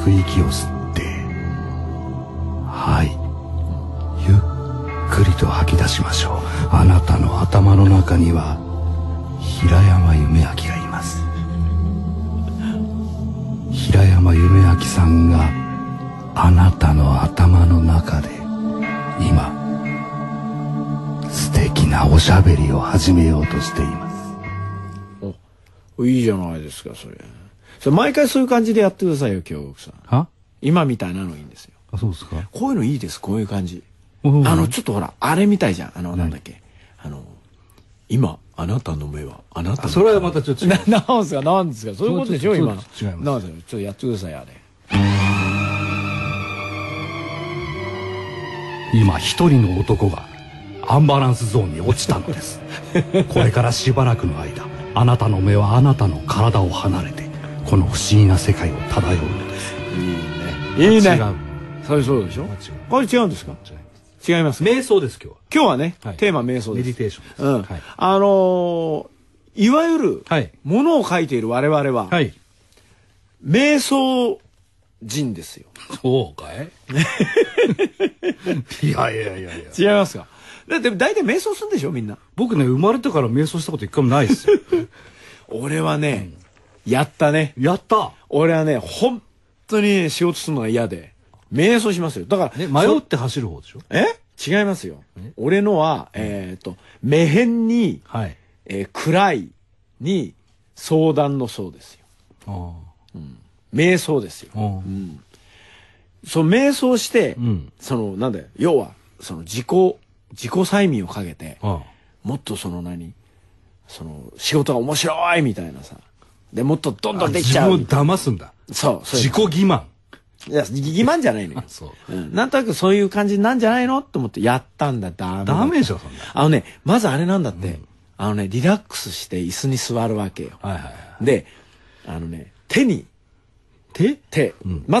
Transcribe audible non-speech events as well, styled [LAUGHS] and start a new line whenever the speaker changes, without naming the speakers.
く息を吸ってはいゆっくりと吐き出しましょうあなたの頭の中には平山夢明がいます平山夢明さんがあなたの頭の中で今素敵なおしゃべりを始めようとしています
おいいじゃないですかそれそれ毎回そういう感じでやってくださいよ京極さん
は
今みたいなのいいんですよ
あそうですか
こういうのいいですこういう感じ
おう
あのちょっとほらあれみたいじゃんあのなんだっけあの今あなたの目はあなたの
それはまたち
[LAUGHS]
ょっと違う
ななんすかなんですかそういうことでしょ
そう
今の
そう違います
なんすかちょっとやってくださいあれ
今一人の男がアンバランスゾーンに落ちたのです [LAUGHS] これからしばらくの間あなたの目はあなたの体を離れてこの不思議な世界を漂うのです
いいね
違
いい
う
ね
違う
それそうでしょこれ違うんですか違います
瞑想です今日は
今日はね、
はい
テーマ瞑想
メ
です
ディテーションです
う
は
ん
い
あのーいわゆる、
はい
ものを書いている我々は、
はい
瞑想人ですよ。
そうかい [LAUGHS] いやいやいやいや
違いますかだって大体瞑想するんでしょみんな。
僕ね生まれてから瞑想したこと一回もないですよ
俺はね、やったね。
やった
俺はね、本当にね仕事するのが嫌で、瞑想しますよ。だから、
ね迷
そう
って走る方でしょ
え違いますよ。俺のは、えっ、と、目辺に、
はい
えー暗いに相談の相ですよ。
あ
瞑想ですよ。
あうん
その瞑想して、
ん
そのなんだよ要はその自己自己催眠をかけて
あ
もっとその何その仕事が面白いみたいなさでもっとどんどんできち
自
ゃ
分を
う
騙すんだ
そうそう
自己欺瞞
いや欺瞞じゃないのよ
[LAUGHS] そう
うん、なんとなくそういう感じなんじゃないのと思ってやったんだダメだ
ダメでしょそんな
あのねまずあれなんだって、あのねリラックスして椅子に座るわけよ
はいはいはい
であのね手に
手
手、まず